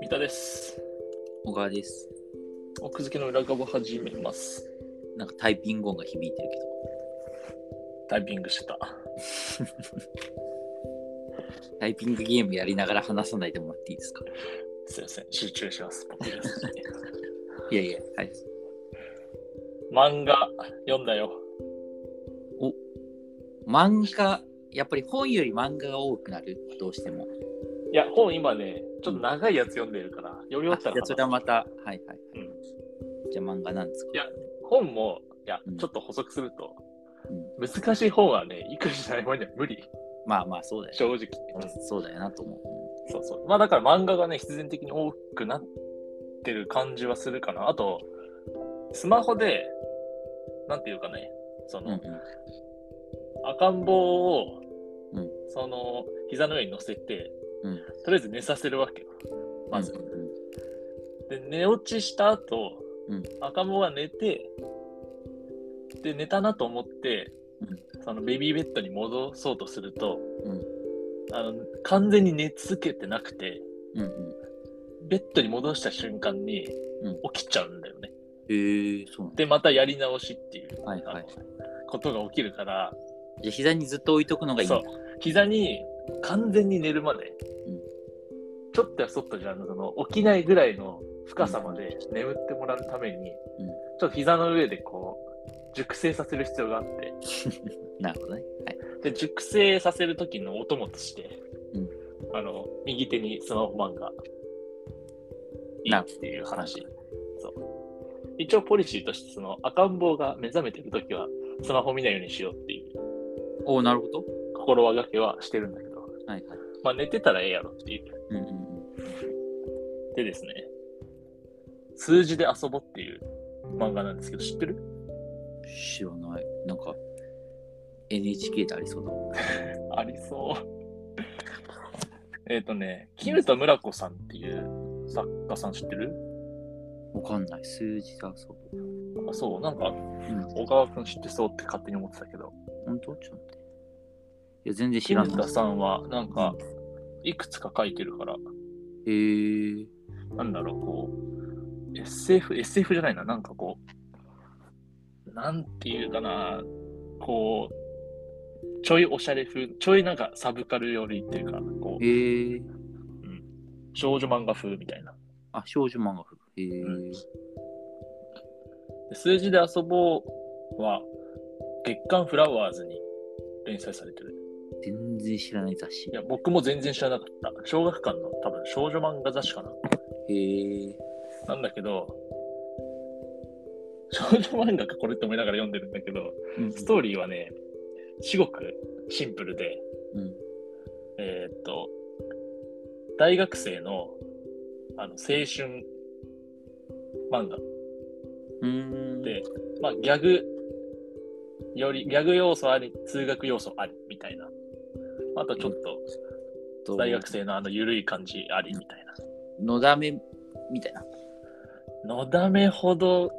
三田です。小川です。奥付けの裏側始めます。なんかタイピング音が響いてるけど。タイピングしてた。タイピングゲームやりながら話さないでもらっていいですかすいません、集中します。ポッドキャストにいやいや、はい。漫画読んだよ。漫画、やっぱり本より漫画が多くなる、どうしても。いや、本今ね、ちょっと長いやつ読んでるから、読み終わあっじたゃらあそ話れはまた、はいはい。うんじゃあ漫画なんですかいや本も、いやうん、ちょっと補足すると、難しい本はね、いくつないまには無理、まあまあ、そうだよ、正直。うんね。そうだよなと思う。そうそう。まあだから漫画がね、必然的に多くなってる感じはするかな。あと、スマホで、なんていうかね、そうんうの、ん。赤ん坊を、うんその、膝の上に乗せて、うんとりあえず寝させるわけよ。まず。うんうんで、寝落ちした後、うん赤ん坊が寝て、で、寝たなと思って、そのベビーベッドに戻そうとすると、うんあの完全に寝続けてなくて、うんうんうん。ベッドに戻した瞬間にうん起きちゃうんだよね。へえー、そうなんだ。で、またやり直しっていう、はいはいあのことが起きるから、じゃあ膝にずっと置いとくのがいいんそだう。膝に完全に寝るまで、うんちょっとやそっとじゃんその起きないぐらいの深さまで眠ってもらうために、うんちょっと膝の上でこう熟成させる必要があってなるほどね。はい。で熟成させる時のお供として、うんあの右手にスマホ漫画いいなっていう話そう一応ポリシーとしてその赤ん坊が目覚めてる時はスマホ見ないようにしようっていうおお、なるほど。心がけはしてるんだけど、はいはい。まあ、寝てたらええやろっていううんうんうん。でですね、数字で遊ぼうっていう漫画なんですけど、知ってる知らない。なんか、NHK でありそうだ。ありそう。 えっとね、絹田村子さんっていう作家さん知ってるわかんない。数字だそう。あそう、なんか、うん。小川くん知ってそうって勝手に思ってたけど、本当ちょっと待って。いや、全然知ら絹ない田。さんはなんか、いくつか書いてるから、へえ。なんだろう、こう、SF、SF じゃないな、なんかこう、なんていうかな、こう、ちょいおしゃれ風、ちょいなんかサブカル寄りっていうか、こう、へえ。少女漫画風みたいな。あ、少女漫画風。へえ。うんで数字で遊ぼうは、月刊フラワーズに連載されてる。全然知らない雑誌い。や、僕も全然知らなかった。小学館の多分少女漫画雑誌かな。へえ。なんだけど、少女漫画かこれって思いながら読んでるんだけど、うんストーリーはね、至極シンプルで、うん。えーっと、大学生のあの青春漫画。うーん。でまあ、ギャグより、ギャグ要素あり、通学要素ありみたいな。あとちょっと大学生のあの緩い感じありみたいな。のだめみたいな。のだめほど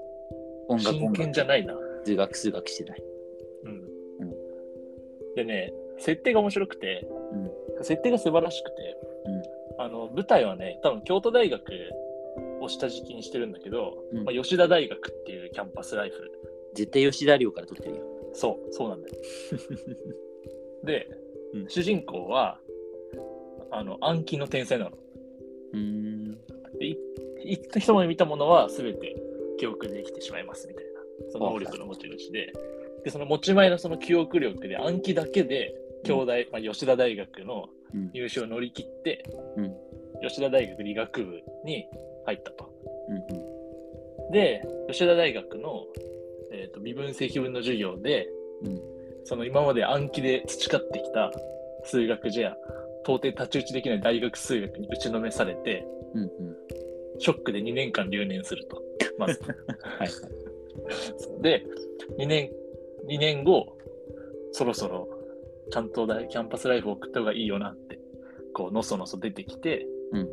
音楽真剣じゃい。ないな。数学数学してない。うんでね、設定が面白くて、設定が素晴らしくて、あの舞台はね、多分京都大学を下敷きにしてるんだけど、うんまあ、吉田大学っていうキャンパスライフ、絶対吉田寮から撮ってるよ。そう、そうなんだよ。 で、うん主人公は、あの暗記の天才なの。うーん。一一目で見たものは全て記憶でできてしまいますみたいな、その能力の持ち主で、でその持ち前のその記憶力で暗記だけで、兄弟、まあ、吉田大学のうん。入試を乗り切って、うん吉田大学理学部に入ったと。うんうん。で、吉田大学の、えー、と微分積分の授業で、うんその今まで暗記で培ってきた数学じゃ、到底太刀打ちできない大学数学に打ちのめされて、うんうん。ショックで2年間留年すると。まず。はい。で、2年、2年後、そろそろ、ちゃんと大キャンパスライフを送った方がいいよなって、こう、のそのそ出てきて、うん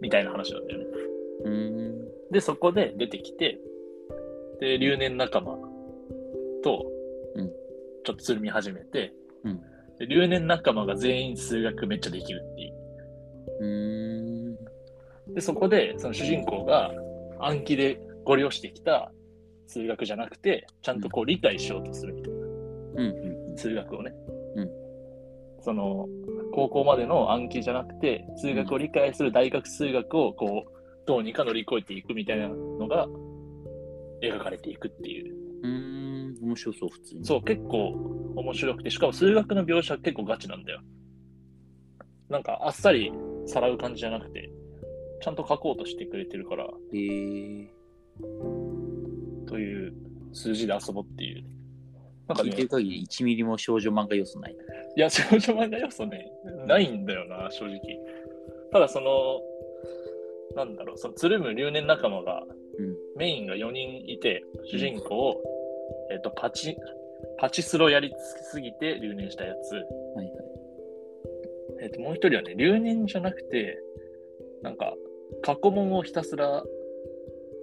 みたいな話なんだよね。うーん。で、そこで出てきて、で、留年仲間とうん、ちょっとつるみ始めて、うんで留年仲間が全員数学めっちゃできるっていう。うーん。で、そこで、その主人公が暗記でご利用してきた数学じゃなくて、ちゃんとこう理解しようとするみたいな、うんうん数学をね。うんその、高校までの暗記じゃなくて、数学を理解する大学数学をこう、どうにか乗り越えていくみたいなのが描かれていくっていう。うん。うーん。面白そう、普通に。そう、結構面白くて、しかも数学の描写結構ガチなんだよ。なんかあっさりさらう感じじゃなくて、ちゃんと書こうとしてくれてるから、へえ。という数字で遊ぼうっていう。なんか聞いね、てる限り1ミリも少女漫画要素ない。いや、少女漫画要素ね、ないんだよな、正直。ただ、その、なんだろう、そのつるむ留年仲間が、うんメインが4人いて、主人公を、えっ、と、パチ、パチスロやりすぎて留年したやつ、はいはい。えっともう一人はね、留年じゃなくて、なんか、過去問をひたすら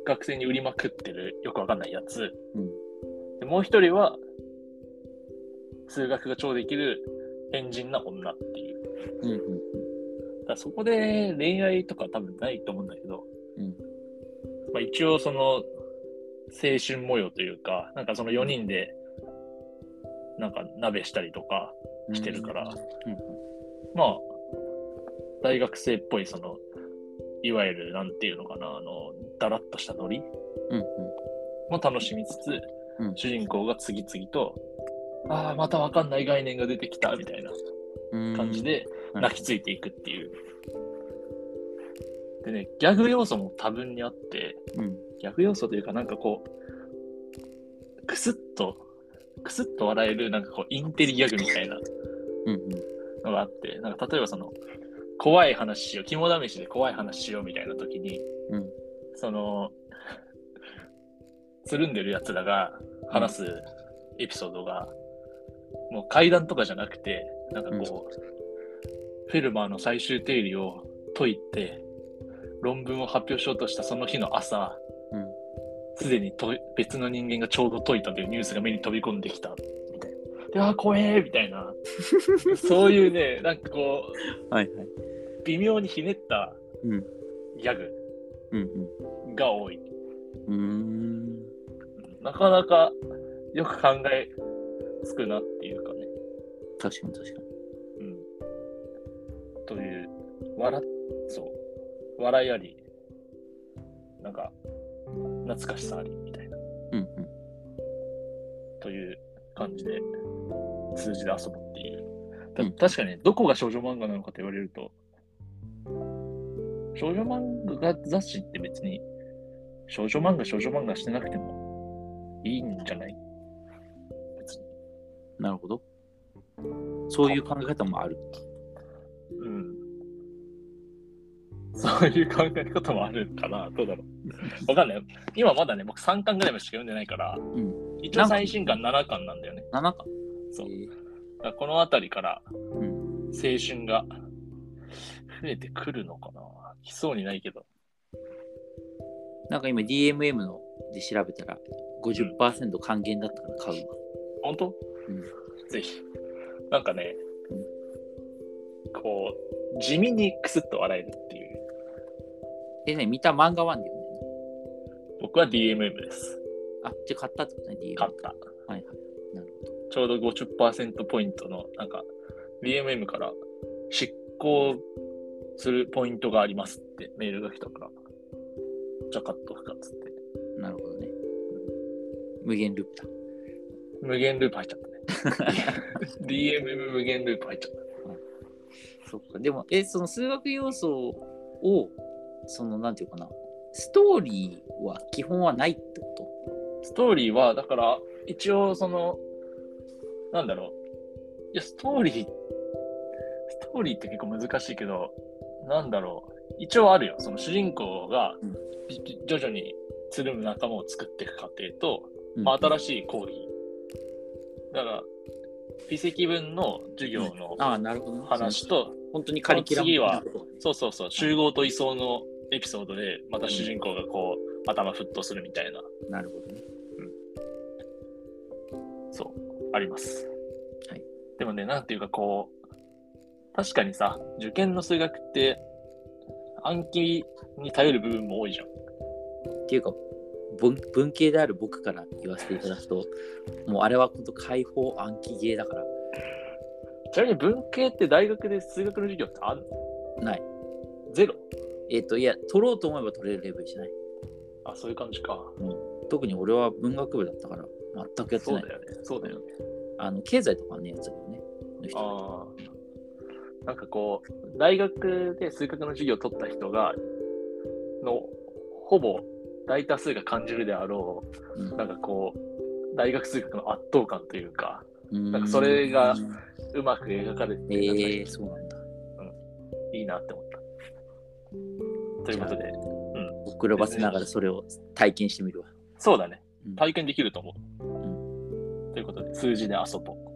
学生に売りまくってる、よくわかんないやつ。うんでもう一人は、数学が超できる変人な女っていう。うんうんうだん。からそこで恋愛とか多分ないと思うんだけど、うんまあ、一応その青春模様というか、なんかその4人で、なんか鍋したりとかしてるから、うんうん。まあ、大学生っぽい、その、いわゆる、なんていうのかな、あの、だらっとしたノリうんも楽しみつつ、うん主人公が次々と、ああ、またわかんない概念が出てきた、みたいなうん。感じ。で、うん泣きついていくっていう。でね、ギャグ要素も多分にあって、うん。ギャグ要素というか、なんかこう、くすっと、くすっと笑える、なんかこう、インテリギャグみたいなうんうん。のがあって、なんか例えばその、怖い話しよう、肝試しで怖い話しようみたいな時に、うんその、つるんでるやつらが話すエピソードが、もう階段とかじゃなくて、なんかこう、フェルマーの最終定理を解いて、論文を発表しようとしたその日の朝、うんすでにと別の人間がちょうど解いたというニュースが目に飛び込んできた、みたいな。で、あー、怖えーみたいな。そういうね、なんかこう、はいはい。微妙にひねったうんギャグうんが多い。うん。うーん。なかなかよく考えつくなっていうかね。確かに確かうん。という、笑っ、そう、笑いあり、なんか、懐かしさありみたいな、に。うんうん。という感じで、数字で遊ぶっていう。たうん確かにね、どこが少女漫画なのかと言われると、少女漫画雑誌って別に、少女漫画、少女漫画してなくてもいいんじゃない別に。なるほど。そういう考え方もある。うん。そういう考え方もあるかな、どうだろう。わかんない。今まだね、僕3巻ぐらいまでしか読んでないから、ん一応最新巻7巻なんだよね。 7か。そうえーだからこの辺りからん青春が増えてくるのかな。来そうにないけど。なんか今 DMM ので調べたら50%還元だったから買うわ。本当、うんぜひ。なんかねう、こう、地味にクスッと笑えるっていう。え、ね、見た漫画ワンだよね。僕は DMM です。あ、じゃあ買ったってことね、DMM。買った。はいはい。なるちょうど50%ポイントの、なんか、DMM から執行するポイントがありますってメールが来たから、じゃあ買っとくかっつって。ほど。なるほどね。無限ループだ。無限ループ入っちゃった ね。DMM 無限ループ入っちゃっそっか。でも、え、その数学要素を、その、なんていうかな、ストーリーは基本はないってこた。ストーリーは、だから、一応その、なんだろう。いや、ストーリー、ストーリーって結構難しいけど、なんだろう。一応あるよ。その主人公がうん、じじ徐々につるむ仲間を作っていく過程と、と、まあ、うん新しい講義。だから、微積分の授業のああ、なるほどね。話と、本当にカリキュラム次は的なことねそうそうそう、集合と位相のエピソードで、また主人公がこう、頭沸騰するみたいな、なるほどね。そう、あります。はい。でもね、なんていうかこう、確かにさ、受験の数学って暗記に頼る部分も多いじゃん。っていうか文文系である僕から言わせていただくともうあれは本当解放暗記ゲーだからちなみに文系って大学で数学の授業ってあんないゼロえっ、といや取ろうと思えば取れるレベルじゃないあ、そういう感じか。特に俺は文学部だったから全くやってそなういだよね。そうだよね。あの経済とかのやつだよねの人ああ。なんかこう、大学で数学の授業を取った人が、の、ほぼ大多数が感じるであろう、なんかこう、大学数学の圧倒感というか、うんなんかそれがうんうまく描かれて、なんかえー、そうなんだいいなって思った。ということで、遅ればせながらそれを体験してみるわそうだねうん。体験できると思う。うということで、数字で遊ぼう。